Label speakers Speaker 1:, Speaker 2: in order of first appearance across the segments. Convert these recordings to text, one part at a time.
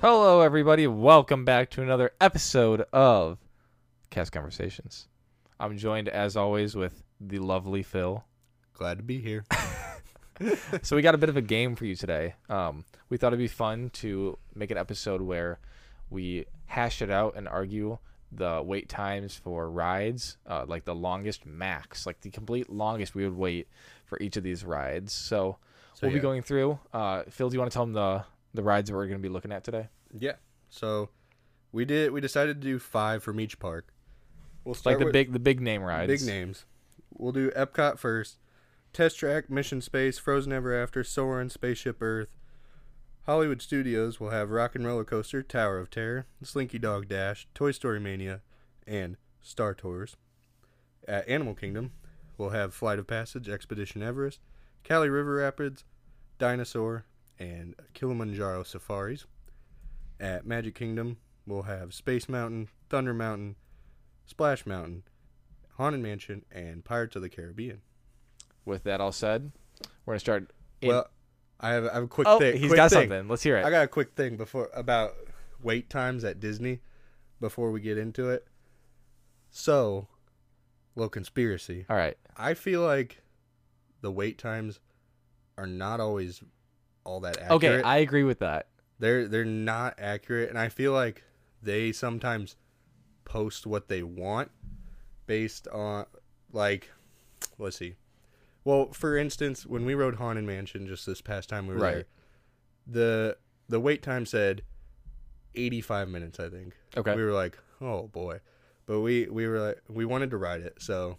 Speaker 1: Hello, everybody. Welcome back to another episode of Cast Conversations. I'm joined, as always, with the lovely Phil.
Speaker 2: Glad to be here.
Speaker 1: so we got a bit of a game for you today. Um, we thought it'd be fun to make an episode where we hash it out and argue the wait times for rides, uh, like the longest max, like the complete longest we would wait for each of these rides. So,
Speaker 2: So,
Speaker 1: we'll
Speaker 2: yeah.
Speaker 1: be going through. Uh, Phil, do you want to tell them the the rides that we're going to be looking at today?
Speaker 2: Yeah. So we did. We decided to do five from each park. We'll
Speaker 1: Like
Speaker 2: start
Speaker 1: the
Speaker 2: with
Speaker 1: big the big name rides.
Speaker 2: big names. We'll do Epcot first. Test Track, Mission Space, Frozen Ever After, Soarin', Spaceship Earth. Hollywood Studios will have Rock and Roller Coaster, Tower of Terror, Slinky Dog Dash, Toy Story Mania, and Star Tours. At Animal Kingdom, we'll have Flight of Passage, Expedition Everest, Cali River Rapids, Dinosaur, and Kilimanjaro Safaris. At Magic Kingdom, we'll have Space Mountain, Thunder Mountain, Splash Mountain, Haunted Mansion, and Pirates of the Caribbean.
Speaker 1: With that all said, we're going to start. in-
Speaker 2: well, I have, I have a quick
Speaker 1: oh,
Speaker 2: thing.
Speaker 1: he's
Speaker 2: quick
Speaker 1: got
Speaker 2: thing.
Speaker 1: something. Let's hear it.
Speaker 2: I got a quick thing before about wait times at Disney before we get into it. So, little conspiracy.
Speaker 1: all right.
Speaker 2: I feel like the wait times are not always all that accurate.
Speaker 1: Okay, I agree with that.
Speaker 2: they're they're not accurate and i feel like they sometimes post what they want based on like let's see well for instance when we rode haunted mansion just this past time we were
Speaker 1: Right.
Speaker 2: there the the wait time said 85 minutes i think
Speaker 1: Okay.
Speaker 2: we were like oh boy but we we were like we wanted to ride it so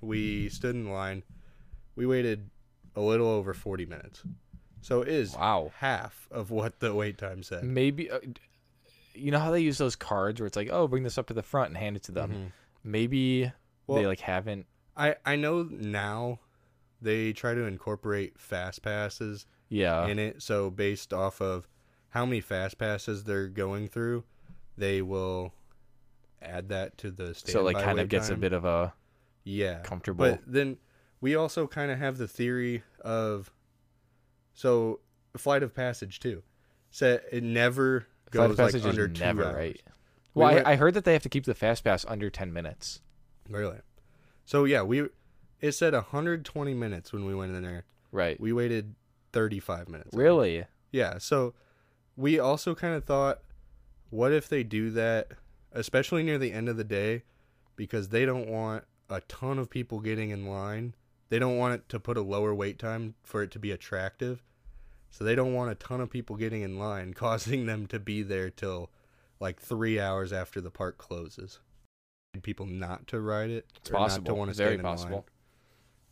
Speaker 2: we stood in line we waited a little over 40 minutes so it is
Speaker 1: Wow.
Speaker 2: half of what the wait time said.
Speaker 1: Maybe uh, d- you know how they use those cards where it's like, "Oh, bring this up to the front and hand it to them." Maybe they
Speaker 2: Mm-hmm. Well-
Speaker 1: like haven't
Speaker 2: I I know now they try to incorporate fast passes
Speaker 1: yeah.
Speaker 2: in it, so based off of how many fast passes they're going through, they will add that to the standby
Speaker 1: so like kind of
Speaker 2: wait
Speaker 1: gets a
Speaker 2: time.
Speaker 1: bit of a
Speaker 2: yeah
Speaker 1: comfortable.
Speaker 2: But then we also kind of have the theory of so Flight of Passage too. So it never
Speaker 1: Flight
Speaker 2: goes
Speaker 1: of Passage
Speaker 2: like under
Speaker 1: is
Speaker 2: two
Speaker 1: never
Speaker 2: hours.
Speaker 1: right.
Speaker 2: We
Speaker 1: Well,
Speaker 2: went-
Speaker 1: I, I heard that they have to keep the fast pass under 10 minutes.
Speaker 2: Really. So yeah, we it said 120 minutes when we went in there.
Speaker 1: Right.
Speaker 2: We waited 35 minutes. I think.
Speaker 1: Really?
Speaker 2: Yeah. So we also kind of thought, what if they do that, especially near the end of the day, because they don't want a ton of people getting in line. They don't want it to put a lower wait time for it to be attractive. So they don't want a ton of people getting in line, causing them to be there till like three hours after the park closes. People not to ride it.
Speaker 1: It's
Speaker 2: or not to
Speaker 1: possible.
Speaker 2: wanna
Speaker 1: Very
Speaker 2: stand in line.
Speaker 1: possible.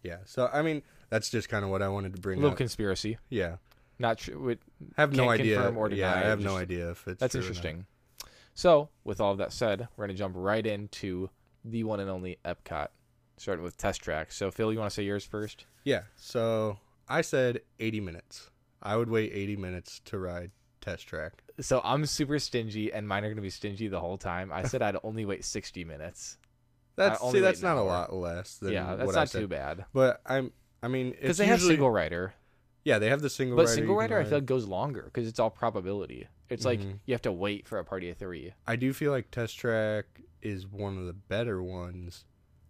Speaker 2: Yeah. So I mean, that's just kind of what I wanted to
Speaker 1: A
Speaker 2: bring
Speaker 1: little
Speaker 2: up.
Speaker 1: conspiracy.
Speaker 2: yeah.
Speaker 1: Not true. It,
Speaker 2: Have no
Speaker 1: Can't
Speaker 2: idea.
Speaker 1: confirm or
Speaker 2: yeah,
Speaker 1: deny,
Speaker 2: I have no
Speaker 1: just-
Speaker 2: idea if it's
Speaker 1: that's
Speaker 2: true or not.
Speaker 1: interesting. So, with all of that said, we're going to jump right into the one and only Epcot, starting with Test Track. So, Phil, you want to say yours first?
Speaker 2: Yeah. So I said 80 minutes. I would wait 80 minutes to ride test track.
Speaker 1: So, I'm super stingy, and mine are going to be stingy the whole time. I said I'd only wait 60 minutes.
Speaker 2: That's
Speaker 1: only
Speaker 2: see,
Speaker 1: wait
Speaker 2: that's
Speaker 1: an
Speaker 2: not a
Speaker 1: hour.
Speaker 2: lot less than
Speaker 1: yeah, that's
Speaker 2: what
Speaker 1: not
Speaker 2: I said.
Speaker 1: too bad.
Speaker 2: But I'm. I mean,
Speaker 1: Because
Speaker 2: it's
Speaker 1: they have
Speaker 2: usually-
Speaker 1: single rider.
Speaker 2: Yeah, they have the single.
Speaker 1: But
Speaker 2: rider
Speaker 1: single
Speaker 2: you can
Speaker 1: rider, I
Speaker 2: ride.
Speaker 1: feel like, goes longer because it's all probability. It's like
Speaker 2: Mhm.
Speaker 1: you have to wait for a party of three.
Speaker 2: I do feel like test track is one of the better ones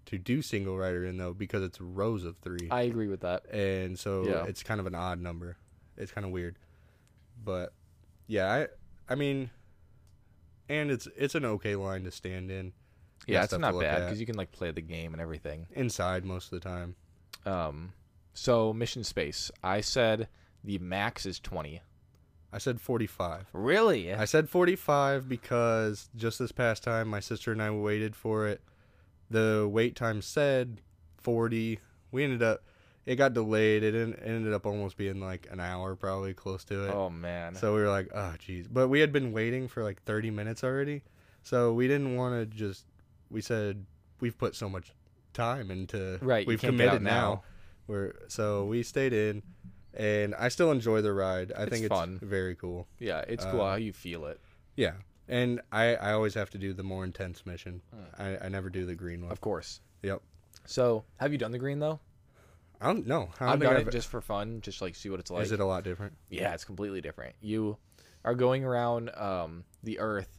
Speaker 2: to do single rider in though because it's rows of three,
Speaker 1: I agree with that.
Speaker 2: and so
Speaker 1: Yeah.
Speaker 2: it's kind of an odd number. It's kind of weird, but yeah, I I mean, and it's it's an okay line to stand in.
Speaker 1: Yeah,
Speaker 2: Yeah,
Speaker 1: it's
Speaker 2: stuff to
Speaker 1: not
Speaker 2: look
Speaker 1: bad
Speaker 2: at.
Speaker 1: because you can like play the game and everything.
Speaker 2: inside most of the time.
Speaker 1: Um, so mission space. I said the max is twenty.
Speaker 2: I said 45.
Speaker 1: Really?
Speaker 2: I said 45 because just this past time, my sister and I waited for it. The wait time said 40. We ended up, it got delayed. It en- ended up almost being like an hour, probably close to it.
Speaker 1: Oh man.
Speaker 2: So we were like, oh, geez. But we had been waiting for like 30 minutes already. So we didn't want to just, we said, we've put so much time into,
Speaker 1: Right, you
Speaker 2: we've
Speaker 1: can't get out
Speaker 2: committed now.
Speaker 1: now.
Speaker 2: We're, so we stayed in and I still enjoy the ride. I
Speaker 1: It's
Speaker 2: think
Speaker 1: fun.
Speaker 2: it's very cool.
Speaker 1: yeah, it's cool
Speaker 2: Uh,
Speaker 1: how you feel it,
Speaker 2: Yeah. And I, I always have to do the more intense mission.
Speaker 1: Hmm.
Speaker 2: I, I never do the green one.
Speaker 1: of course.
Speaker 2: Yep.
Speaker 1: So have you done the green though?
Speaker 2: I don't know. I
Speaker 1: I've
Speaker 2: don't think
Speaker 1: done
Speaker 2: I've,
Speaker 1: it just for fun, just like see what it's like.
Speaker 2: is it a lot different?
Speaker 1: yeah, it's completely different. You are going around um, the Earth.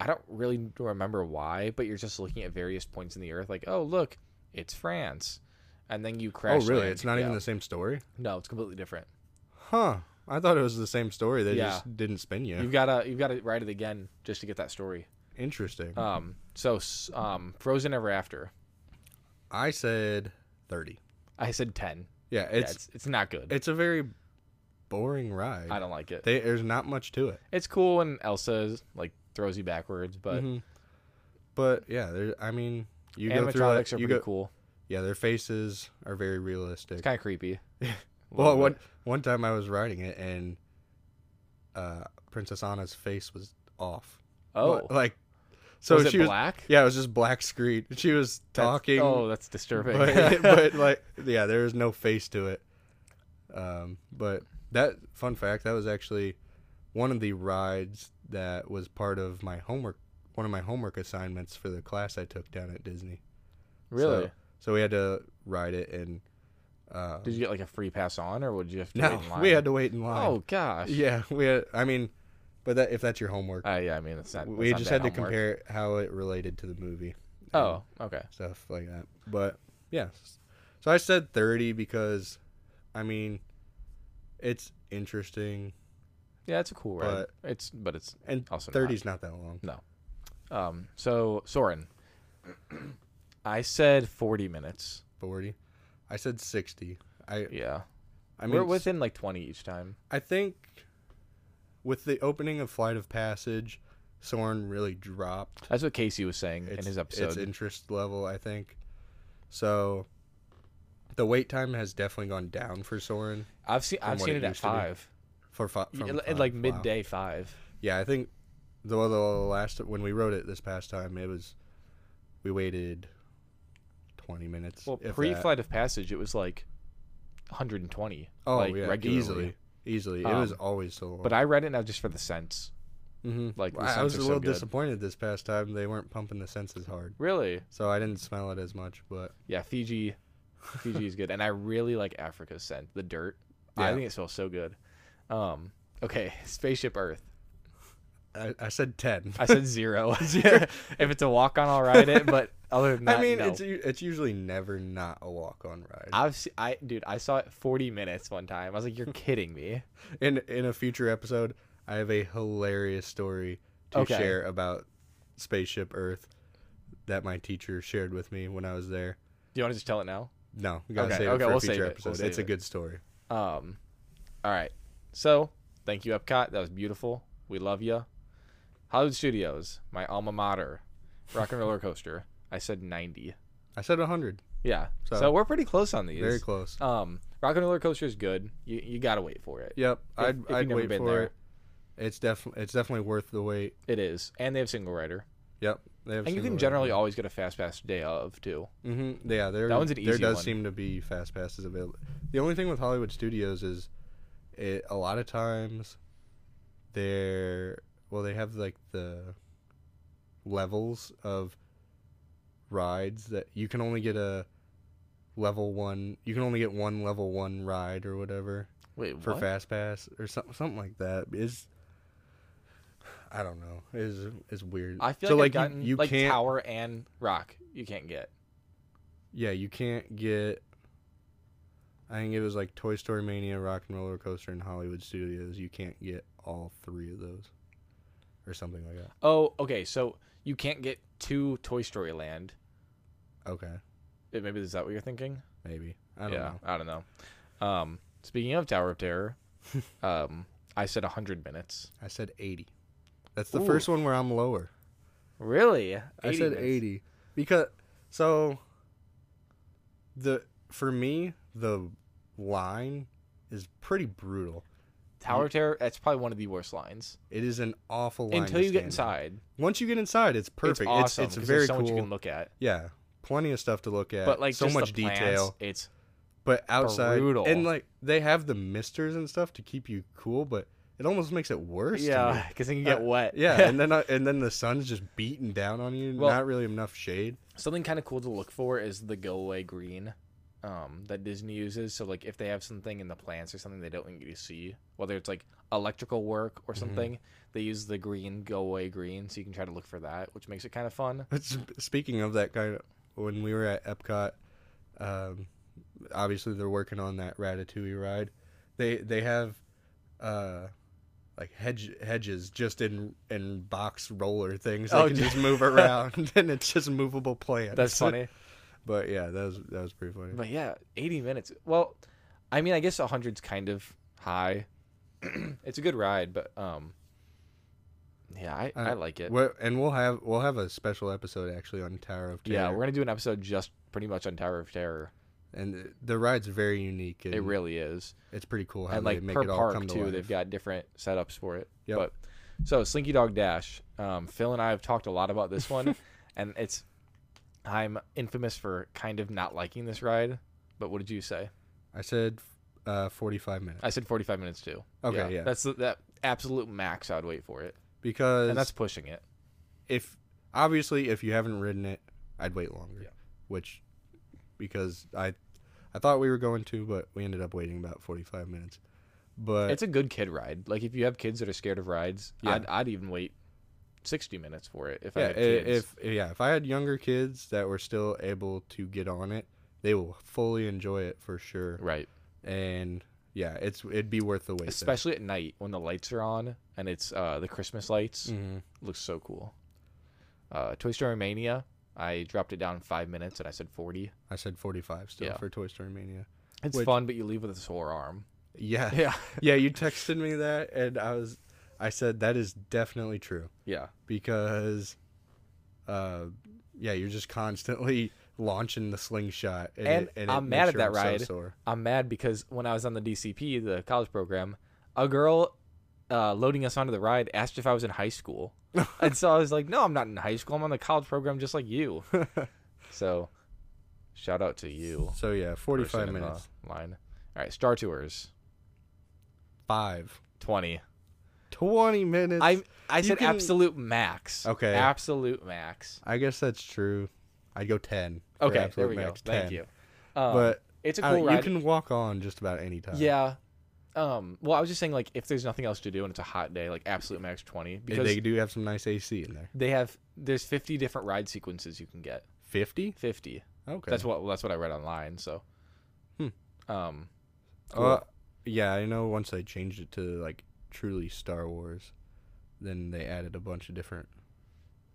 Speaker 1: I don't really remember why, but you're just looking at various points in the Earth, like, oh look, it's France, and then you
Speaker 2: Oh,
Speaker 1: crash.
Speaker 2: really?
Speaker 1: land.
Speaker 2: It's not even
Speaker 1: Yeah.
Speaker 2: the same story?
Speaker 1: No, it's completely different.
Speaker 2: Huh. I thought it was the same story. They
Speaker 1: Yeah.
Speaker 2: just didn't spin you.
Speaker 1: You've got to you've got to write it again just to get that story.
Speaker 2: Interesting.
Speaker 1: Um, so s- um, Frozen Ever After.
Speaker 2: I said 30.
Speaker 1: I said ten.
Speaker 2: Yeah,
Speaker 1: Yeah,
Speaker 2: it's
Speaker 1: it's it's not good.
Speaker 2: it's a very boring ride.
Speaker 1: I don't like it.
Speaker 2: They, there's not much to it.
Speaker 1: It's cool when Elsa is, like throws you backwards, but
Speaker 2: Mhm. But yeah, there I mean, you go through
Speaker 1: animatronics
Speaker 2: it,
Speaker 1: are
Speaker 2: you
Speaker 1: pretty
Speaker 2: go,
Speaker 1: cool.
Speaker 2: Yeah, their faces are very realistic.
Speaker 1: It's kind of creepy.
Speaker 2: Well,
Speaker 1: Little
Speaker 2: one
Speaker 1: bit.
Speaker 2: one time I was riding it and uh, Princess Anna's face was off.
Speaker 1: Oh,
Speaker 2: Li- like so
Speaker 1: was it
Speaker 2: she was
Speaker 1: black?
Speaker 2: yeah, it was just black screen. She was
Speaker 1: That's-
Speaker 2: talking,
Speaker 1: oh, that's disturbing.
Speaker 2: but, but like yeah, there was no face to it. Um, but that fun fact that was actually one of the rides that was part of my homework, one of my homework assignments for the class I took down at Disney.
Speaker 1: really?
Speaker 2: So, so we had to ride it and. Uh,
Speaker 1: Did you get like a free pass on, or would you have to
Speaker 2: no,
Speaker 1: wait in line?
Speaker 2: we had to wait in line.
Speaker 1: Oh gosh.
Speaker 2: Yeah, we. Had, I mean, but that if that's your homework,
Speaker 1: Uh, yeah. I mean, it's not.
Speaker 2: we
Speaker 1: it's not
Speaker 2: just
Speaker 1: bad
Speaker 2: had to
Speaker 1: homework.
Speaker 2: compare how it related to the movie. and
Speaker 1: Oh, okay.
Speaker 2: stuff like that. But yeah, so I said thirty because, I mean, it's interesting,
Speaker 1: Yeah, it's a cool ride. it's but it's
Speaker 2: and
Speaker 1: also not.
Speaker 2: thirty's not that long.
Speaker 1: Um, so Soren, I said forty minutes.
Speaker 2: Forty, I said sixty. I
Speaker 1: Yeah,
Speaker 2: I mean,
Speaker 1: we're within like twenty each time.
Speaker 2: I think with the opening of Flight of Passage, Soren really dropped
Speaker 1: That's what Casey was saying in
Speaker 2: it's-
Speaker 1: his
Speaker 2: Its
Speaker 1: episode.
Speaker 2: interest level, I think. So the wait time has definitely gone down for Soren
Speaker 1: I've seen
Speaker 2: from
Speaker 1: I've
Speaker 2: what
Speaker 1: seen
Speaker 2: it
Speaker 1: it at
Speaker 2: used to be.
Speaker 1: five,
Speaker 2: for fi-
Speaker 1: Y-
Speaker 2: from
Speaker 1: at-
Speaker 2: five,
Speaker 1: at like
Speaker 2: wow.
Speaker 1: midday five.
Speaker 2: Yeah, I think the, the last when we wrote it this past time, it was we waited twenty minutes.
Speaker 1: Well,
Speaker 2: if that.
Speaker 1: pre-flight of passage, it was like 120.
Speaker 2: oh
Speaker 1: like,
Speaker 2: yeah,
Speaker 1: regularly.
Speaker 2: easily, easily. it was
Speaker 1: Um,
Speaker 2: always so long.
Speaker 1: But I read it now just for the sense.
Speaker 2: Mhm.
Speaker 1: like, the
Speaker 2: I- I
Speaker 1: scents
Speaker 2: was
Speaker 1: are
Speaker 2: a
Speaker 1: so
Speaker 2: little
Speaker 1: good.
Speaker 2: disappointed this past time. They weren't pumping the scents as hard,
Speaker 1: Really?
Speaker 2: so I didn't smell it as much. But
Speaker 1: Yeah, Fiji. Fiji is good, and I really like Africa's scent, the dirt. I
Speaker 2: Yeah.
Speaker 1: think it smells so good. Um, okay, Spaceship Earth.
Speaker 2: I, I said ten.
Speaker 1: I said zero. if it's a walk on, I'll ride it. But other than that,
Speaker 2: I mean,
Speaker 1: no.
Speaker 2: it's u- it's usually never not a walk on ride.
Speaker 1: I've se- I dude, I saw it 40 minutes one time. I was like, you're kidding me.
Speaker 2: in in a future episode, I have a hilarious story to
Speaker 1: Okay.
Speaker 2: share about spaceship Earth that my teacher shared with me when I was there.
Speaker 1: Do you want to just tell it now?
Speaker 2: No, we gotta
Speaker 1: Okay,
Speaker 2: save it
Speaker 1: okay,
Speaker 2: for
Speaker 1: we'll
Speaker 2: a future
Speaker 1: save it, we'll
Speaker 2: episode.
Speaker 1: save
Speaker 2: it's a
Speaker 1: it.
Speaker 2: good story.
Speaker 1: Um, all right. So, thank you, Epcot. That was beautiful. We love you. Hollywood Studios, my alma mater, Rock and Roller Coaster. I said 90.
Speaker 2: I said hundred,
Speaker 1: Yeah. So,
Speaker 2: So-
Speaker 1: we're pretty close on these.
Speaker 2: very close.
Speaker 1: Um, Rock and Roller Coaster is good. You you gotta wait for it.
Speaker 2: Yep, I'd
Speaker 1: if you've
Speaker 2: I'd
Speaker 1: never
Speaker 2: wait
Speaker 1: been
Speaker 2: for
Speaker 1: there.
Speaker 2: it. It's definitely it's definitely worth the wait.
Speaker 1: It is, and they have single rider,
Speaker 2: Yep, they have.
Speaker 1: and you can generally always get a fast pass day of too.
Speaker 2: hmm Yeah, there.
Speaker 1: That one's an
Speaker 2: There
Speaker 1: easy
Speaker 2: does
Speaker 1: one.
Speaker 2: seem to be fast passes available. The only thing with Hollywood Studios is, it a lot of times, they're well they have like the levels of rides that you can only get a level one. You can only get one level one ride or whatever
Speaker 1: Wait,
Speaker 2: for
Speaker 1: what?
Speaker 2: fast pass or something something like that is. I don't know. Is is weird.
Speaker 1: I feel
Speaker 2: So,
Speaker 1: like, I've
Speaker 2: you-
Speaker 1: gotten
Speaker 2: you,
Speaker 1: like
Speaker 2: can't
Speaker 1: Tower and Rock. You can't get.
Speaker 2: Yeah, you can't get. I think it was like Toy Story Mania, Rock and Roller Coaster, and Hollywood Studios. You can't get all three of those, or something like that.
Speaker 1: Oh, okay. So you can't get to Toy Story Land.
Speaker 2: Okay,
Speaker 1: Eh, Maybe is that what you're thinking?
Speaker 2: maybe I don't
Speaker 1: yeah, I don't know. Um, speaking of Tower of Terror, um, I said 100 minutes.
Speaker 2: know. I said eighty. That's the
Speaker 1: Ooh.
Speaker 2: first one where I'm lower.
Speaker 1: Really?
Speaker 2: I said eighty because so. The for me the line is pretty brutal.
Speaker 1: Tower of Terror, that's probably one of the worst lines.
Speaker 2: It is an awful line
Speaker 1: Until
Speaker 2: to
Speaker 1: you get
Speaker 2: stand in.
Speaker 1: inside.
Speaker 2: Once you get inside, it's perfect.
Speaker 1: It's awesome.
Speaker 2: It's,
Speaker 1: 'cause
Speaker 2: very
Speaker 1: there's so
Speaker 2: cool.
Speaker 1: much you can look at.
Speaker 2: Yeah, plenty of stuff to look at.
Speaker 1: But like
Speaker 2: so
Speaker 1: just
Speaker 2: much
Speaker 1: the plants,
Speaker 2: detail.
Speaker 1: It's
Speaker 2: But outside,
Speaker 1: brutal.
Speaker 2: and like they have the misters and stuff to keep you cool, but it almost makes it worse. to
Speaker 1: yeah, because then you get
Speaker 2: Uh,
Speaker 1: wet.
Speaker 2: me. yeah. And then I, and then the sun's just beating down on you.
Speaker 1: Well-
Speaker 2: not really enough shade.
Speaker 1: Something kind of cool to look for is the go away green um, that Disney uses. So, like, if they have something in the plants or something they don't want you to see, whether it's like electrical work
Speaker 2: Mm-hmm.
Speaker 1: or something, they use the green go away green, so you can try to look for that, which makes it kind of fun.
Speaker 2: That's- Speaking of that kind of, when we were at Epcot, um, obviously they're working on that Ratatouille ride. They they have, uh, like hedge, hedges just in in box roller things. They
Speaker 1: Oh,
Speaker 2: can
Speaker 1: yeah.
Speaker 2: just move around, and it's just movable plants.
Speaker 1: That's funny.
Speaker 2: But yeah, that was that was pretty funny.
Speaker 1: But yeah, 80 minutes. Well, I mean, I guess 100's kind of high. it's a good ride, but um, yeah, I, I
Speaker 2: Uh,
Speaker 1: like it.
Speaker 2: We're- and we'll have we'll have a special episode actually on Tower of Terror.
Speaker 1: Yeah, we're gonna do an episode just pretty much on Tower of Terror.
Speaker 2: and the- the ride's very unique. And
Speaker 1: It really is,
Speaker 2: it's pretty cool how
Speaker 1: and
Speaker 2: they
Speaker 1: like
Speaker 2: make
Speaker 1: per
Speaker 2: it all
Speaker 1: park
Speaker 2: come to
Speaker 1: too,
Speaker 2: life.
Speaker 1: they've got different setups for it.
Speaker 2: Yep.
Speaker 1: But so Slinky Dog Dash, um, Phil and I have talked a lot about this one, and it's I'm infamous for kind of not liking this ride. But what did you say?
Speaker 2: I said uh, forty five minutes.
Speaker 1: I said 45 minutes too.
Speaker 2: Okay, yeah.
Speaker 1: That's the, that absolute max I'd wait for it,
Speaker 2: because
Speaker 1: and that's pushing it.
Speaker 2: if obviously if you haven't ridden it, I'd wait longer.
Speaker 1: Yeah.
Speaker 2: Which because I I thought we were going to, but we ended up waiting about forty five minutes. But
Speaker 1: It's a good kid ride. Like if you have kids that are scared of rides,
Speaker 2: Yeah.
Speaker 1: I'd, I'd even wait 60 minutes for it if I
Speaker 2: yeah,
Speaker 1: had
Speaker 2: i-
Speaker 1: kids.
Speaker 2: if yeah, if I had younger kids that were still able to get on it, they will fully enjoy it for sure.
Speaker 1: right.
Speaker 2: And yeah, it's it'd be worth the wait.
Speaker 1: especially at night when the lights are on and it's uh, the Christmas lights.
Speaker 2: hmm
Speaker 1: Looks so cool. Uh, Toy Story Mania, I dropped it down five minutes and I said forty.
Speaker 2: I said forty five still
Speaker 1: Yeah.
Speaker 2: for Toy Story Mania.
Speaker 1: It's
Speaker 2: Which-
Speaker 1: fun, but you leave with a sore arm.
Speaker 2: Yeah,
Speaker 1: Yeah,
Speaker 2: yeah. You texted me that, and I was I said that is definitely true.
Speaker 1: yeah,
Speaker 2: because uh yeah you're just constantly launching the slingshot
Speaker 1: And I'm mad
Speaker 2: makes
Speaker 1: at
Speaker 2: your
Speaker 1: that
Speaker 2: arm so
Speaker 1: ride.
Speaker 2: sore.
Speaker 1: I'm mad because when I was on the DCP, the college program, a girl uh, loading us onto the ride asked if I was in high school, and so I was like, "No, I'm not in high school. I'm on the college program, just like you." so, shout out to you.
Speaker 2: so yeah 45
Speaker 1: person in the
Speaker 2: minutes
Speaker 1: line. All right, Star Tours,
Speaker 2: 5
Speaker 1: twenty.
Speaker 2: 20 minutes
Speaker 1: I I
Speaker 2: you
Speaker 1: said
Speaker 2: can-
Speaker 1: absolute max.
Speaker 2: Okay.
Speaker 1: Absolute max.
Speaker 2: I guess that's true i'd go 10 for
Speaker 1: Okay, there
Speaker 2: absolute
Speaker 1: we
Speaker 2: max,
Speaker 1: go. Thank
Speaker 2: 10.
Speaker 1: you. Um,
Speaker 2: but
Speaker 1: it's a
Speaker 2: I don't-
Speaker 1: cool ride.
Speaker 2: you can walk on just about any time
Speaker 1: yeah. Um. Well, I was just saying like if there's nothing else to do and it's a hot day, like absolute max twenty because
Speaker 2: they
Speaker 1: they,
Speaker 2: do have some nice ac in there
Speaker 1: have there's fifty different ride sequences you can get.
Speaker 2: 50
Speaker 1: Fifty.
Speaker 2: okay
Speaker 1: That's what well, that's what I read online. So.
Speaker 2: Hmm.
Speaker 1: Um.
Speaker 2: Uh,
Speaker 1: cool.
Speaker 2: yeah i know once they changed it to like truly star wars then they added a bunch of different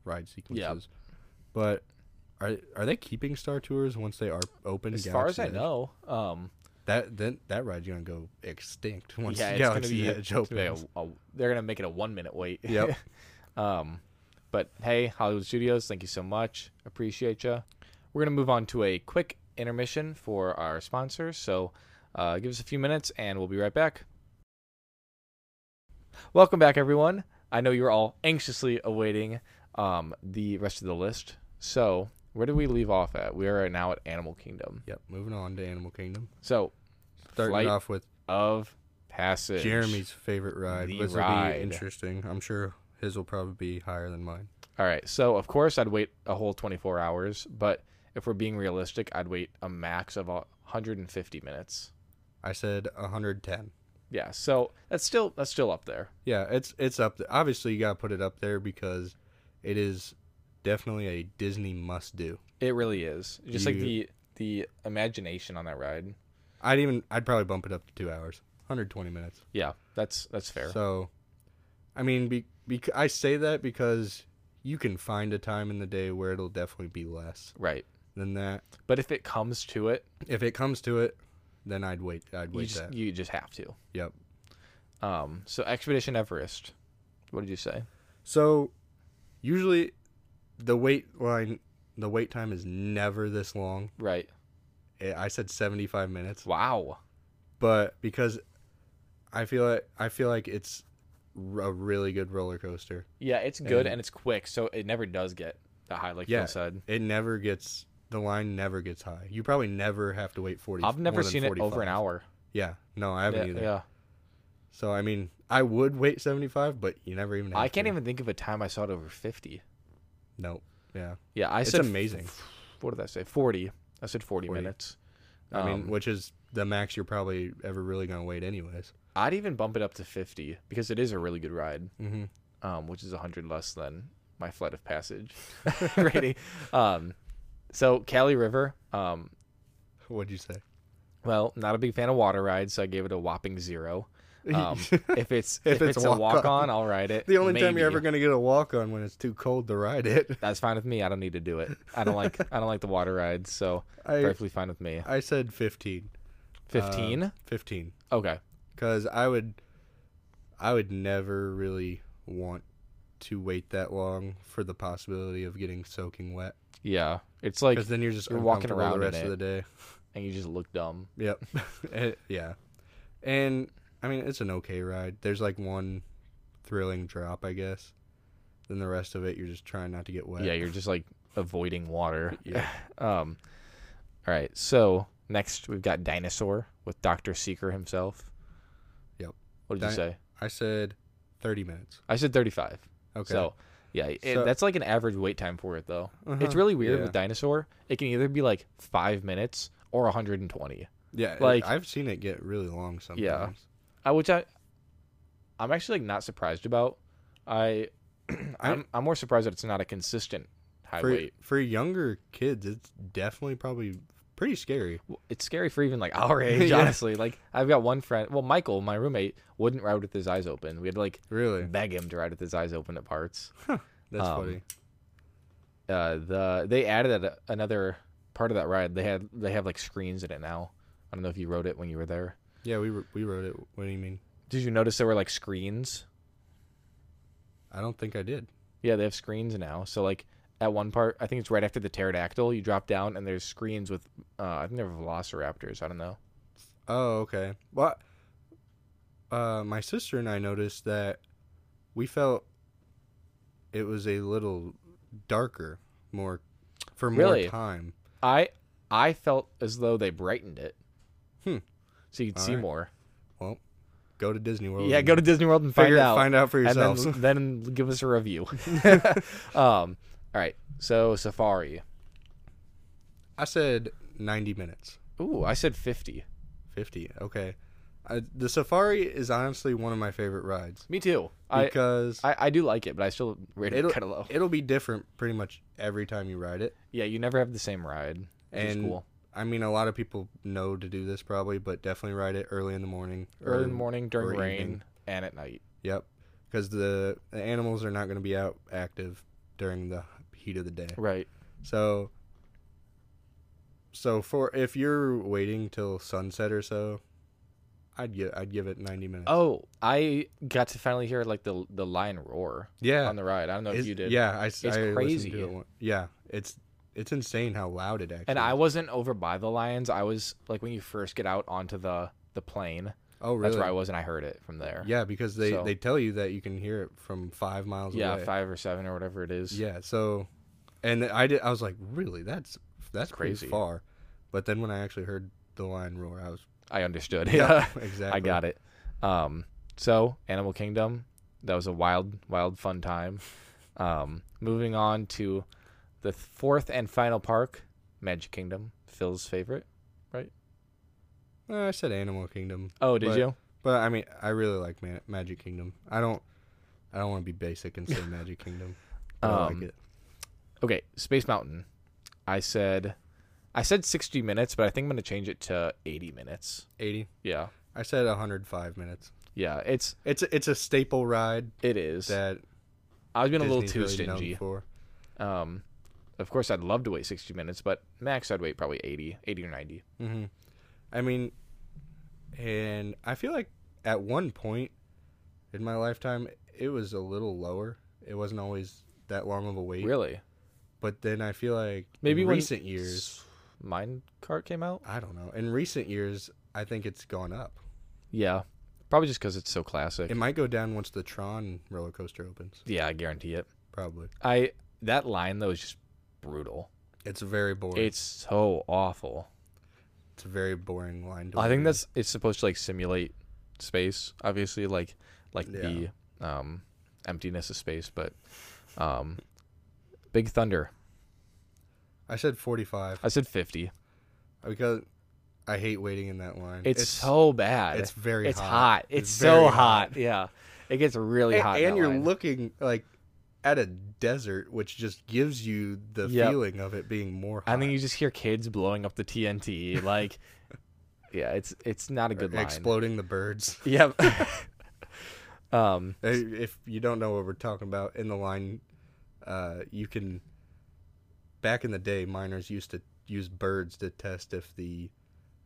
Speaker 2: ride sequences but are are they keeping star tours once they are open
Speaker 1: As far as I
Speaker 2: Galaxy Edge?
Speaker 1: know, um,
Speaker 2: that then that ride's gonna go extinct once
Speaker 1: yeah, it's gonna
Speaker 2: galaxy
Speaker 1: be,
Speaker 2: edge
Speaker 1: it's gonna be
Speaker 2: opens
Speaker 1: a- a- they're gonna make it a one minute wait.
Speaker 2: Yep.
Speaker 1: um, but hey, Hollywood Studios, thank you so much. Appreciate you. We're gonna move on to a quick intermission for our sponsors. So, uh, give us a few minutes, and we'll be right back. Welcome back, everyone. I know you're all anxiously awaiting um, the rest of the list. So, where did we leave off at? We are now at Animal Kingdom.
Speaker 2: yep moving on to animal kingdom
Speaker 1: So,
Speaker 2: starting
Speaker 1: Flight
Speaker 2: off with
Speaker 1: of passage.
Speaker 2: jeremy's favorite ride
Speaker 1: The
Speaker 2: which will
Speaker 1: ride.
Speaker 2: be interesting i'm sure his will probably be higher than mine
Speaker 1: All right. So, of course, I'd wait a whole 24 hours, but if we're being realistic, I'd wait a max of a 150 minutes.
Speaker 2: i said 110
Speaker 1: Yeah. So, that's still that's still up there.
Speaker 2: Yeah, it's it's up there. Obviously, you gotta put it up there because it is definitely a Disney must do.
Speaker 1: It really is. Just like
Speaker 2: You-
Speaker 1: the the imagination on that ride.
Speaker 2: I'd even I'd probably bump it up to two hours, 120 minutes.
Speaker 1: Yeah. That's that's fair.
Speaker 2: So, I mean, be, bec I say that because you can find a time in the day where it'll definitely be less
Speaker 1: right.
Speaker 2: than that.
Speaker 1: But if it comes to it,
Speaker 2: If it comes to it, then I'd wait. I'd
Speaker 1: you
Speaker 2: wait
Speaker 1: just,
Speaker 2: that.
Speaker 1: you just have to.
Speaker 2: Yep.
Speaker 1: Um so Expedition Everest. What did you say?
Speaker 2: So, usually, the wait line, the wait time is never this long.
Speaker 1: Right.
Speaker 2: I I said 75 minutes.
Speaker 1: Wow.
Speaker 2: but because I feel like I feel like it's r- a really good roller coaster.
Speaker 1: Yeah, it's good
Speaker 2: And-
Speaker 1: and, it's quick, so it never does get that high like
Speaker 2: Yeah.
Speaker 1: Phil said.
Speaker 2: It never gets the line never gets high. You probably never have to wait forty.
Speaker 1: I've never
Speaker 2: more than
Speaker 1: seen it over
Speaker 2: 45.
Speaker 1: an hour.
Speaker 2: Yeah, no, I haven't
Speaker 1: Yeah,
Speaker 2: either.
Speaker 1: yeah.
Speaker 2: So I mean, I would wait seventy five, but you never even. Have
Speaker 1: I can't
Speaker 2: to.
Speaker 1: even think of a time I saw it over 50.
Speaker 2: Nope. Yeah,
Speaker 1: Yeah, I
Speaker 2: it's
Speaker 1: said
Speaker 2: amazing.
Speaker 1: What did I say? 40. I said 40,
Speaker 2: 40.
Speaker 1: minutes.
Speaker 2: I mean,
Speaker 1: Um,
Speaker 2: which is the max you're probably ever really gonna wait, anyways.
Speaker 1: I'd even bump it up to 50 because it is a really good ride,
Speaker 2: Mm-hmm.
Speaker 1: um, which is 100 less than my Flight of Passage rating. Um, so Cali River, um,
Speaker 2: What'd you say?
Speaker 1: well, not a big fan of water rides, so I gave it a whopping zero. Um, if it's if, it's, a
Speaker 2: walk-on.
Speaker 1: walk on, I'll ride it.
Speaker 2: the only time you're
Speaker 1: maybe.
Speaker 2: ever gonna get a walk on when it's too cold to ride it.
Speaker 1: that's fine with me. I don't need to do it. I don't like I don't like the water rides, so
Speaker 2: I
Speaker 1: perfectly fine with me.
Speaker 2: I said 15.
Speaker 1: 15?
Speaker 2: Uh, 15.
Speaker 1: okay.
Speaker 2: Cause I would, I would never really want to wait that long for the possibility of getting soaking wet.
Speaker 1: Yeah. It's like
Speaker 2: Because then you're just
Speaker 1: you're walking
Speaker 2: uncomfortable
Speaker 1: around in
Speaker 2: the rest
Speaker 1: it.
Speaker 2: of the day.
Speaker 1: and you just look dumb.
Speaker 2: Yep. Eh, yeah. And I mean, it's an okay ride. There's like one thrilling drop, I guess. Then the rest of it, you're just trying not to get wet.
Speaker 1: Yeah, you're just like avoiding water.
Speaker 2: Yeah.
Speaker 1: um All right. So, next we've got Dinosaur with Dr. Seeker himself.
Speaker 2: Yep.
Speaker 1: What did you
Speaker 2: Di-
Speaker 1: say?
Speaker 2: I said 30 minutes.
Speaker 1: I said 35.
Speaker 2: Okay.
Speaker 1: So, yeah, it,
Speaker 2: So-
Speaker 1: that's like an average wait time for it though. It's
Speaker 2: Uh-huh.
Speaker 1: really weird
Speaker 2: Yeah.
Speaker 1: with Dinosaur. It can either be like 5 minutes or 120.
Speaker 2: yeah, it-
Speaker 1: like-
Speaker 2: I've seen it get really long sometimes.
Speaker 1: I which I I'm actually like not surprised about. I I'm I'm more surprised that it's not a consistent high
Speaker 2: For
Speaker 1: weight.
Speaker 2: for younger kids, it's definitely probably pretty scary.
Speaker 1: W- It's scary for even like our age,
Speaker 2: Yeah.
Speaker 1: honestly. Like I've got one friend, well Michael, my roommate, wouldn't ride with his eyes open. We had to like
Speaker 2: Really,
Speaker 1: beg him to ride with his eyes open at parts.
Speaker 2: that's
Speaker 1: Um,
Speaker 2: funny.
Speaker 1: Uh, the they added a, another part of that ride. They had they have like screens in it now. I don't know if you rode it when you were there.
Speaker 2: Yeah, we wr- we wrote it. What do you mean?
Speaker 1: Did you notice there were like screens
Speaker 2: I don't think I did.
Speaker 1: Yeah, they have screens now. So like at one part, I think it's right after the pterodactyl, you drop down and there's screens with uh, I think they're velociraptors. I don't know.
Speaker 2: Oh, okay. Well, uh, my sister and I noticed that we felt it was a little darker, more for more
Speaker 1: Really?
Speaker 2: time.
Speaker 1: I I felt as though they brightened it.
Speaker 2: Hmm.
Speaker 1: So you could
Speaker 2: All
Speaker 1: see
Speaker 2: right.
Speaker 1: more.
Speaker 2: Go to Disney World.
Speaker 1: yeah,
Speaker 2: and
Speaker 1: go to Disney World and find
Speaker 2: figure
Speaker 1: out.
Speaker 2: find out for
Speaker 1: and
Speaker 2: yourselves.
Speaker 1: then, then give us a review. um, all right. So Safari.
Speaker 2: I said ninety minutes.
Speaker 1: Ooh, I said 50.
Speaker 2: 50 okay I, the safari is honestly one of my favorite rides
Speaker 1: Me too. I,
Speaker 2: because
Speaker 1: I I do like it, but I still rate it
Speaker 2: It'll-
Speaker 1: kind of low.
Speaker 2: it'll be different pretty much every time you ride it
Speaker 1: Yeah, you never have the same ride. Which is
Speaker 2: And
Speaker 1: cool.
Speaker 2: i mean a lot of people know to do this probably but definitely ride it early in the morning
Speaker 1: Early in the morning,
Speaker 2: or
Speaker 1: during
Speaker 2: evening.
Speaker 1: rain, and at night.
Speaker 2: yep because the, the animals are not going to be out active during the heat of the day
Speaker 1: Right.
Speaker 2: so so for if you're waiting till sunset or so i'd give i'd give it 90 minutes
Speaker 1: Oh, I got to finally hear like the the lion roar
Speaker 2: yeah
Speaker 1: on the ride. I don't know if
Speaker 2: It's-
Speaker 1: you did.
Speaker 2: Yeah, I, it's
Speaker 1: crazy.
Speaker 2: To it one- yeah, it's it's insane how loud it actually.
Speaker 1: And I
Speaker 2: is.
Speaker 1: wasn't over by the lions. I was like when you first get out onto the the plane.
Speaker 2: oh really?
Speaker 1: That's where I was, and I heard it from there.
Speaker 2: Yeah, because they
Speaker 1: So-
Speaker 2: they tell you that you can hear it from five miles
Speaker 1: Yeah,
Speaker 2: away.
Speaker 1: five or seven or whatever it is.
Speaker 2: Yeah, so and I did. I was like, really? That's that's
Speaker 1: Crazy.
Speaker 2: crazy far. But then when I actually heard the lion roar, I was
Speaker 1: I understood. Yeah,
Speaker 2: exactly.
Speaker 1: I got it. Um, so Animal Kingdom, that was a wild, wild fun time. Um, moving on to the fourth and final park, Magic Kingdom, Phil's favorite.
Speaker 2: Uh, I said Animal Kingdom,
Speaker 1: Oh, did
Speaker 2: But-
Speaker 1: you?
Speaker 2: but I mean, I really like Ma- Magic Kingdom. I don't. I don't want to be basic and say Magic Kingdom. but I
Speaker 1: Um,
Speaker 2: like it.
Speaker 1: Okay, Space Mountain. I said I said 60 minutes, but I think I'm going to change it to 80 minutes.
Speaker 2: Eighty.
Speaker 1: Yeah.
Speaker 2: I said 105 minutes.
Speaker 1: Yeah, it's
Speaker 2: It's a- it's a staple ride
Speaker 1: it is.
Speaker 2: that
Speaker 1: I was being a little
Speaker 2: Disney's
Speaker 1: too
Speaker 2: really known
Speaker 1: stingy.
Speaker 2: for.
Speaker 1: Um of course I'd love to wait 60 minutes, but max I'd wait probably 80, 80 or 90.
Speaker 2: Mhm. I mean, and I feel like at one point in my lifetime, it was a little lower. It wasn't always that long of a wait.
Speaker 1: Really?
Speaker 2: But then I feel like
Speaker 1: Maybe
Speaker 2: in
Speaker 1: when-
Speaker 2: recent years,
Speaker 1: Mine cart came out?
Speaker 2: I don't know. In recent years, I think it's gone up.
Speaker 1: Yeah. Probably just cuz it's so classic.
Speaker 2: It might go down once the Tron roller coaster opens.
Speaker 1: yeah, I guarantee it.
Speaker 2: Probably.
Speaker 1: I that line though is just brutal.
Speaker 2: It's very boring.
Speaker 1: It's so awful.
Speaker 2: It's a very boring line.
Speaker 1: I think
Speaker 2: delivery.
Speaker 1: that's it's supposed to like simulate space, obviously, like like
Speaker 2: Yeah.
Speaker 1: the um, emptiness of space. But um, Big Thunder,
Speaker 2: I said 45
Speaker 1: I said fifty.
Speaker 2: because I hate waiting in that line.
Speaker 1: It's, so bad.
Speaker 2: it's very
Speaker 1: it's
Speaker 2: hot.
Speaker 1: hot.
Speaker 2: It's
Speaker 1: It's, so
Speaker 2: very
Speaker 1: hot.
Speaker 2: hot.
Speaker 1: Yeah, it gets really
Speaker 2: and,
Speaker 1: hot. in
Speaker 2: and
Speaker 1: that
Speaker 2: you're
Speaker 1: line.
Speaker 2: looking like at a desert, which just gives you the
Speaker 1: Yep.
Speaker 2: feeling of it being more. Hot.
Speaker 1: and then you just hear kids blowing up the TNT. Like, yeah, it's it's not a good line.
Speaker 2: exploding the birds.
Speaker 1: Yep. um.
Speaker 2: Uh, If you don't know what we're talking about, in the line, uh, you can. Back in the day, miners used to use birds to test if the,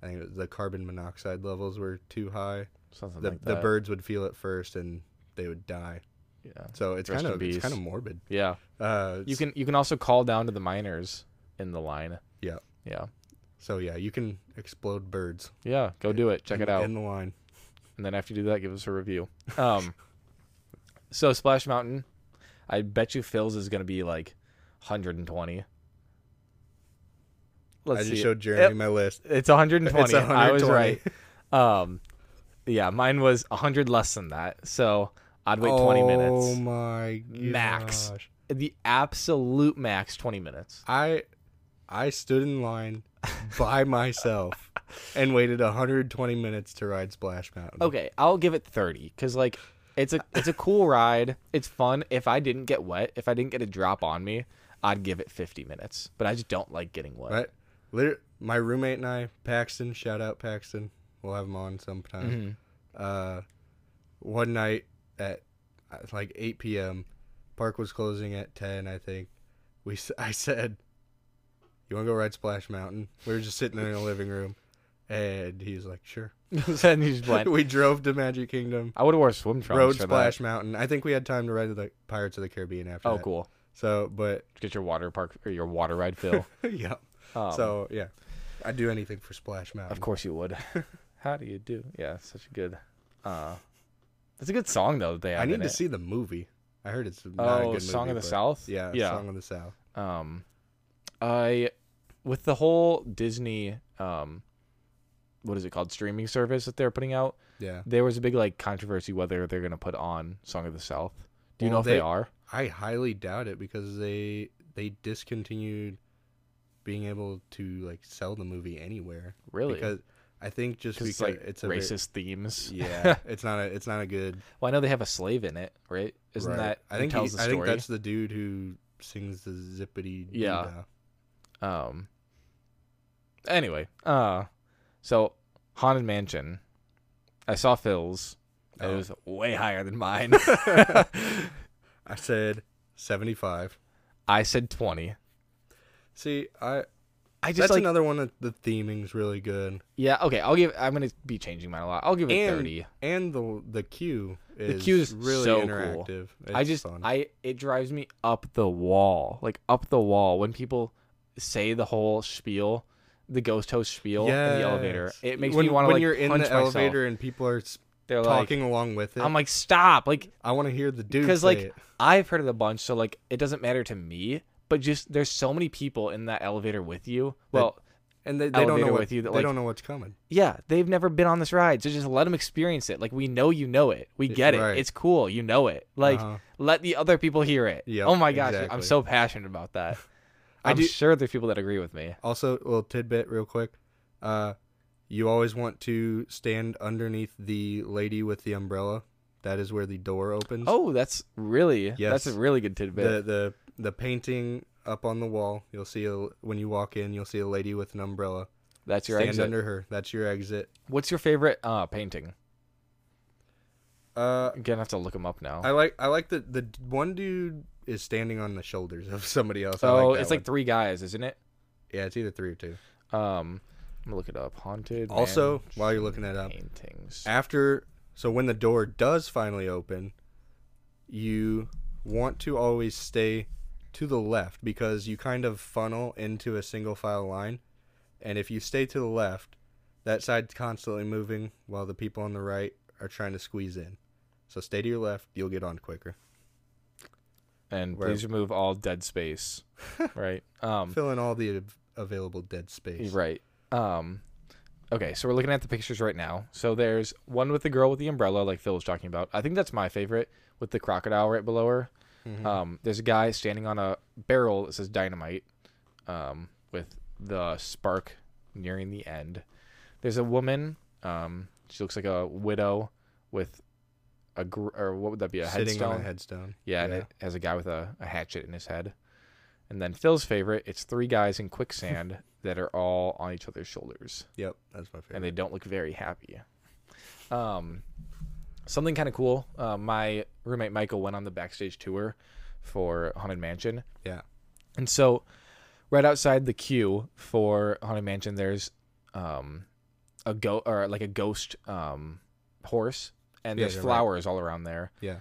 Speaker 2: I think it was the carbon monoxide levels were too high.
Speaker 1: Something
Speaker 2: The,
Speaker 1: like that.
Speaker 2: the birds would feel it first, and they would die.
Speaker 1: Yeah.
Speaker 2: So it's
Speaker 1: Rest in
Speaker 2: kind of it's
Speaker 1: peace.
Speaker 2: kind of morbid.
Speaker 1: Yeah.
Speaker 2: Uh,
Speaker 1: You can you can also call down to the miners in the line.
Speaker 2: Yep.
Speaker 1: Yeah.
Speaker 2: so yeah, you can explode birds.
Speaker 1: Yeah. Go do it. Check
Speaker 2: in,
Speaker 1: it out.
Speaker 2: in the line.
Speaker 1: and then after you do that, give us a review. Um, so Splash Mountain, I bet you Phil's is gonna be like 120. Let's
Speaker 2: I just
Speaker 1: see.
Speaker 2: showed Jeremy my list.
Speaker 1: It's 120.
Speaker 2: It's
Speaker 1: I was
Speaker 2: 120.
Speaker 1: right. Um, yeah, mine was 100 less than that. So I'd wait 20
Speaker 2: Oh
Speaker 1: minutes.
Speaker 2: my
Speaker 1: Max.
Speaker 2: gosh.
Speaker 1: The absolute max 20 minutes.
Speaker 2: I I stood in line by myself and waited 120 minutes to ride Splash Mountain.
Speaker 1: Okay, I'll give it 30 cuz like it's a it's a cool ride. It's fun. If I didn't get wet, if I didn't get a drop on me, I'd give it 50 minutes. But I just don't like getting wet.
Speaker 2: Right? Liter- my roommate and I, Paxton, shout out Paxton. We'll have him on sometime.
Speaker 1: Mhm.
Speaker 2: Uh, one night at uh, like 8 p.m., park was closing at 10, I think. We s- I said, "You want to go ride Splash Mountain?" We were just sitting there in the living room, and he's like, "Sure."
Speaker 1: then you just blend.
Speaker 2: we drove to Magic Kingdom.
Speaker 1: I would have wore swim trunks
Speaker 2: Road
Speaker 1: for
Speaker 2: Splash
Speaker 1: that.
Speaker 2: Mountain. I think we had time to ride to the Pirates of the Caribbean after
Speaker 1: Oh,
Speaker 2: that.
Speaker 1: cool.
Speaker 2: So, but
Speaker 1: Get your water park or your water ride fill.
Speaker 2: yeah.
Speaker 1: Um,
Speaker 2: so yeah, I'd do anything for Splash Mountain.
Speaker 1: Of course you would. How do you do? Yeah, it's such a good. Uh, it's a good song though that they have.
Speaker 2: I
Speaker 1: in
Speaker 2: need to
Speaker 1: it.
Speaker 2: see the movie. I heard it's not a
Speaker 1: Oh,
Speaker 2: good
Speaker 1: Song
Speaker 2: movie,
Speaker 1: of the
Speaker 2: but-
Speaker 1: South.
Speaker 2: Yeah,
Speaker 1: yeah.
Speaker 2: Song of the South.
Speaker 1: Um, I with the whole Disney um, what is it called streaming service that they're putting out?
Speaker 2: Yeah,
Speaker 1: There was a big like controversy whether they're gonna put on Song of the South. Do you
Speaker 2: Well,
Speaker 1: know if they,
Speaker 2: they-
Speaker 1: are?
Speaker 2: I highly doubt it because they they discontinued being able to like sell the movie anywhere
Speaker 1: Really?
Speaker 2: because I think just
Speaker 1: 'Cause
Speaker 2: because
Speaker 1: it's like
Speaker 2: it's a very-
Speaker 1: racist themes.
Speaker 2: yeah, it's not a it's not a good.
Speaker 1: Well, I know they have a slave in it, right? Isn't
Speaker 2: right.
Speaker 1: that
Speaker 2: I
Speaker 1: who
Speaker 2: think he-
Speaker 1: tells the
Speaker 2: I
Speaker 1: story?
Speaker 2: think that's the dude who sings the zippity.
Speaker 1: Yeah.
Speaker 2: doo-dah.
Speaker 1: Um. Anyway, uh, so haunted mansion. I saw Phil's. and It
Speaker 2: Oh.
Speaker 1: was way higher than mine.
Speaker 2: I said 75.
Speaker 1: I said twenty.
Speaker 2: See, I
Speaker 1: I just
Speaker 2: that's
Speaker 1: like
Speaker 2: another one that the theming's really good,
Speaker 1: yeah okay. I'll give. I'm gonna be changing mine a lot. I'll give it
Speaker 2: And
Speaker 1: thirty.
Speaker 2: and the the queue is
Speaker 1: queue is
Speaker 2: really
Speaker 1: so cool.
Speaker 2: interactive.
Speaker 1: I
Speaker 2: It's
Speaker 1: just
Speaker 2: fun.
Speaker 1: I it drives me up the wall, like up the wall when people say the whole spiel, the ghost host spiel in the elevator.
Speaker 2: Yes.
Speaker 1: It makes
Speaker 2: when,
Speaker 1: me want to
Speaker 2: when
Speaker 1: like
Speaker 2: you're in
Speaker 1: punch
Speaker 2: the
Speaker 1: myself.
Speaker 2: elevator and people are s-
Speaker 1: They're like,
Speaker 2: talking along with it.
Speaker 1: I'm like stop, like
Speaker 2: I want to hear the dude
Speaker 1: because
Speaker 2: say
Speaker 1: like
Speaker 2: it.
Speaker 1: I've heard it a bunch, so like it doesn't matter to me. But just there's so many people in that elevator with you. Well,
Speaker 2: and they, they don't know
Speaker 1: elevator
Speaker 2: what,
Speaker 1: with you that,
Speaker 2: they
Speaker 1: like-
Speaker 2: don't know what's coming.
Speaker 1: yeah, they've never been on this ride, so just let them experience it. Like we know you know it, we get it.
Speaker 2: right.
Speaker 1: It's cool, you know it. Like
Speaker 2: Uh-huh.
Speaker 1: let the other people hear it.
Speaker 2: Yep,
Speaker 1: oh my gosh, I'm
Speaker 2: exactly.
Speaker 1: so passionate about that.
Speaker 2: I
Speaker 1: I'm
Speaker 2: do-
Speaker 1: sure there's people that agree with me.
Speaker 2: Also, a little tidbit real quick. Uh, you always want to stand underneath the lady with the umbrella. That is where the door opens.
Speaker 1: Oh, that's really that's a
Speaker 2: Yes.
Speaker 1: really good tidbit.
Speaker 2: the the the painting up on the wall. You'll see a, when you walk in, you'll see a lady with an umbrella.
Speaker 1: that's your
Speaker 2: Stand
Speaker 1: exit.
Speaker 2: under her. That's your exit.
Speaker 1: What's your favorite uh, painting?
Speaker 2: Uh,
Speaker 1: I'm gonna have to look them up now.
Speaker 2: I like I like the the one dude is standing on the shoulders of somebody else. I
Speaker 1: oh,
Speaker 2: like that
Speaker 1: it's like
Speaker 2: one.
Speaker 1: three guys, isn't it?
Speaker 2: yeah, it's either three or two.
Speaker 1: Um, I'm gonna look it up. Haunted.
Speaker 2: Also,
Speaker 1: Mansion
Speaker 2: while you're looking that up,
Speaker 1: paintings.
Speaker 2: after so when the door does finally open, you want to always stay to the left because you kind of funnel into a single file line, and if you stay to the left, that side's constantly moving while the people on the right are trying to squeeze in. So stay to your left, you'll get on quicker.
Speaker 1: and
Speaker 2: where-
Speaker 1: please remove all dead space. right. Um.
Speaker 2: Fill in all the av- available dead space.
Speaker 1: Right. Um. Okay, so we're looking at the pictures right now. So there's one with the girl with the umbrella, like Phil was talking about. I think that's my favorite, with the crocodile right below her.
Speaker 2: Mm-hmm.
Speaker 1: Um, there's a guy standing on a barrel that says dynamite, um, with the spark nearing the end. There's a woman. Um, she looks like a widow with a gr- or what would that be? A
Speaker 2: Sitting
Speaker 1: headstone.
Speaker 2: on a headstone.
Speaker 1: Yeah, and
Speaker 2: Yeah.
Speaker 1: it has a guy with a, a hatchet in his head. And then Phil's favorite, it's three guys in quicksand that are all on each other's shoulders,
Speaker 2: Yep, that's my favorite.
Speaker 1: and they don't look very happy. Um, something kind of cool. Uh, my roommate Michael went on the backstage tour for Haunted Mansion,
Speaker 2: yeah.
Speaker 1: and so right outside the queue for Haunted Mansion, there's um, a go or like a ghost um, horse, and
Speaker 2: Yeah,
Speaker 1: there's
Speaker 2: you're right.
Speaker 1: flowers all around there.
Speaker 2: Yeah.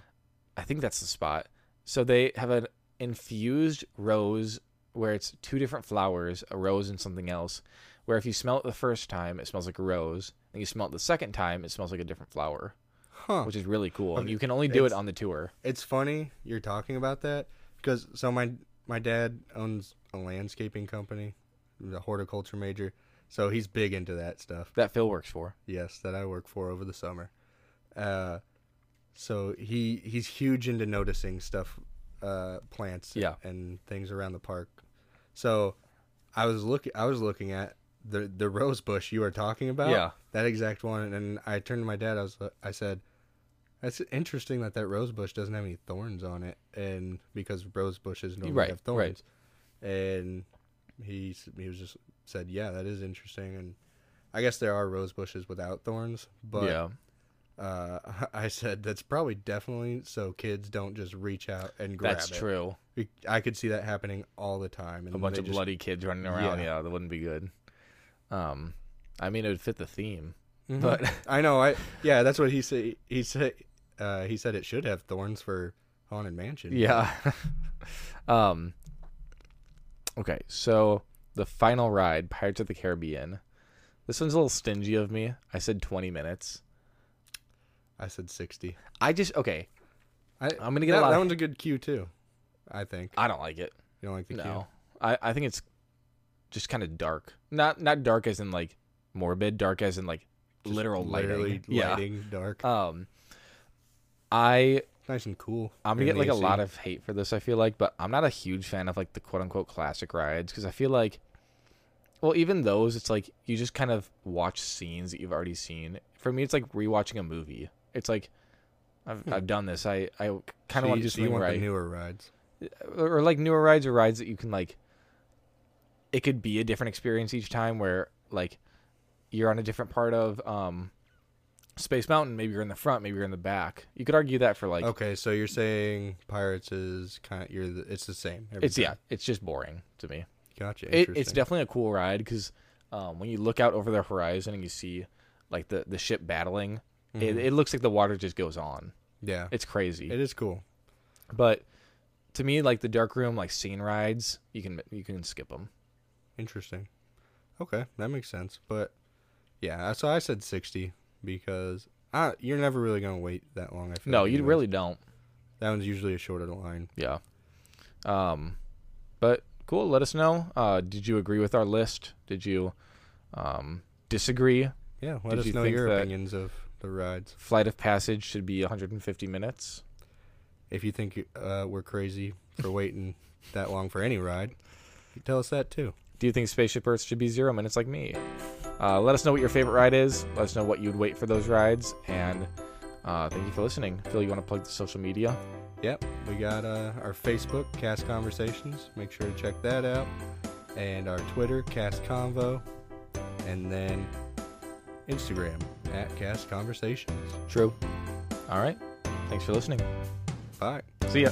Speaker 1: I think that's the spot. So they have an infused rose where it's two different flowers, a rose and something else. Where if you smell it the first time, it smells like a rose, and you smell it the second time, it smells like a different flower,
Speaker 2: Huh.
Speaker 1: which is really cool. And you can only do it
Speaker 2: It's-
Speaker 1: on the tour.
Speaker 2: It's funny you're talking about that because so my my dad owns a landscaping company, he's a horticulture major, so he's big into that stuff.
Speaker 1: That Phil works for.
Speaker 2: Yes, that I work for over the summer. Uh, so he he's huge into noticing stuff, uh, plants,
Speaker 1: Yeah.
Speaker 2: and things around the park. So I was looking I was looking at the the rose bush you were talking about.
Speaker 1: Yeah.
Speaker 2: that exact one. And I turned to my dad. I was I said, "That's interesting that that rose bush doesn't have any thorns on it, and because rose bushes normally
Speaker 1: Right,
Speaker 2: have
Speaker 1: right.
Speaker 2: thorns." And he s- he was just said, "Yeah, that is interesting." And I guess there are rose bushes without thorns, but
Speaker 1: yeah.
Speaker 2: uh, I said that's probably definitely so kids don't just reach out and grab
Speaker 1: That's
Speaker 2: it.
Speaker 1: true.
Speaker 2: We- I could see that happening all the time. And
Speaker 1: A bunch
Speaker 2: they
Speaker 1: of
Speaker 2: just-
Speaker 1: bloody kids running around. Yeah.
Speaker 2: Yeah.
Speaker 1: that wouldn't be good. Um I mean it would fit the theme.
Speaker 2: Mhm.
Speaker 1: But
Speaker 2: I know. I yeah, that's what he said. He said uh, he said it should have thorns for haunted mansion.
Speaker 1: yeah. um Okay, so the final ride, Pirates of the Caribbean. This one's a little stingy of me. I said 20 minutes.
Speaker 2: I said sixty.
Speaker 1: I just okay.
Speaker 2: I,
Speaker 1: I'm gonna get
Speaker 2: that,
Speaker 1: a lot.
Speaker 2: that
Speaker 1: of-
Speaker 2: one's a good cue too. I think
Speaker 1: I don't like it.
Speaker 2: you don't like the
Speaker 1: no, I, I think it's just kind of dark. Not not dark as in like morbid. Dark as in like
Speaker 2: cue. Just
Speaker 1: literal lighting.
Speaker 2: literally
Speaker 1: Yeah.
Speaker 2: lighting, dark,
Speaker 1: Um. I
Speaker 2: nice and cool.
Speaker 1: I'm gonna get
Speaker 2: and
Speaker 1: like a
Speaker 2: AC.
Speaker 1: lot of hate for this. I feel like, but I'm not a huge fan of like the quote unquote classic rides because I feel like, well, even those, it's like you just kind of watch scenes that you've already seen. For me, it's like rewatching a movie. It's like I've, I've done this. I I kind
Speaker 2: Hmm. So
Speaker 1: of want
Speaker 2: you,
Speaker 1: to do
Speaker 2: so you
Speaker 1: something
Speaker 2: want
Speaker 1: right, Uh,
Speaker 2: the newer rides.
Speaker 1: or or, like newer rides or rides that you can like. It could be a different experience each time, where like you're on a different part of um, Space Mountain. Maybe you're in the front. Maybe you're in the back. You could argue that for like
Speaker 2: okay, so you're saying pirates is kind of you're the, it's the same. every
Speaker 1: it's yeah,
Speaker 2: time.
Speaker 1: it's just boring to me.
Speaker 2: Gotcha.
Speaker 1: it, it's
Speaker 2: interesting.
Speaker 1: definitely a cool ride because um, when you look out over the horizon and you see like the, the ship battling, it, it looks like the water just goes on.
Speaker 2: yeah.
Speaker 1: It's crazy.
Speaker 2: It is cool.
Speaker 1: but to me, like the dark room, like scene rides, you can you can skip them.
Speaker 2: Interesting. Okay, that makes sense. But yeah, uh, so I said sixty because I, you're never really gonna wait that long. I feel
Speaker 1: No,
Speaker 2: like,
Speaker 1: you
Speaker 2: anyways.
Speaker 1: really don't.
Speaker 2: That one's usually a shorter line.
Speaker 1: Yeah. Um, but cool. Let us know. Uh, did you agree with our list? Did you um, disagree?
Speaker 2: Yeah, let
Speaker 1: Did
Speaker 2: us
Speaker 1: you
Speaker 2: know
Speaker 1: think
Speaker 2: your
Speaker 1: that-
Speaker 2: opinions of the rides.
Speaker 1: Flight of Passage should be 150 minutes.
Speaker 2: If you think uh, we're crazy for waiting that long for any ride, tell us that too.
Speaker 1: Do you think Spaceship Earth should be zero minutes like me? Uh, let us know what your favorite ride is. Let us know what you'd wait for those rides. And uh, thank you for listening. Phil, you want to plug the social media?
Speaker 2: Yep, we got uh, our Facebook Cast Conversations. Make sure to check that out, and our Twitter Cast Convo, and then Instagram at Cast Conversations.
Speaker 1: True. All right. Thanks for listening.
Speaker 2: Bye.
Speaker 1: See ya.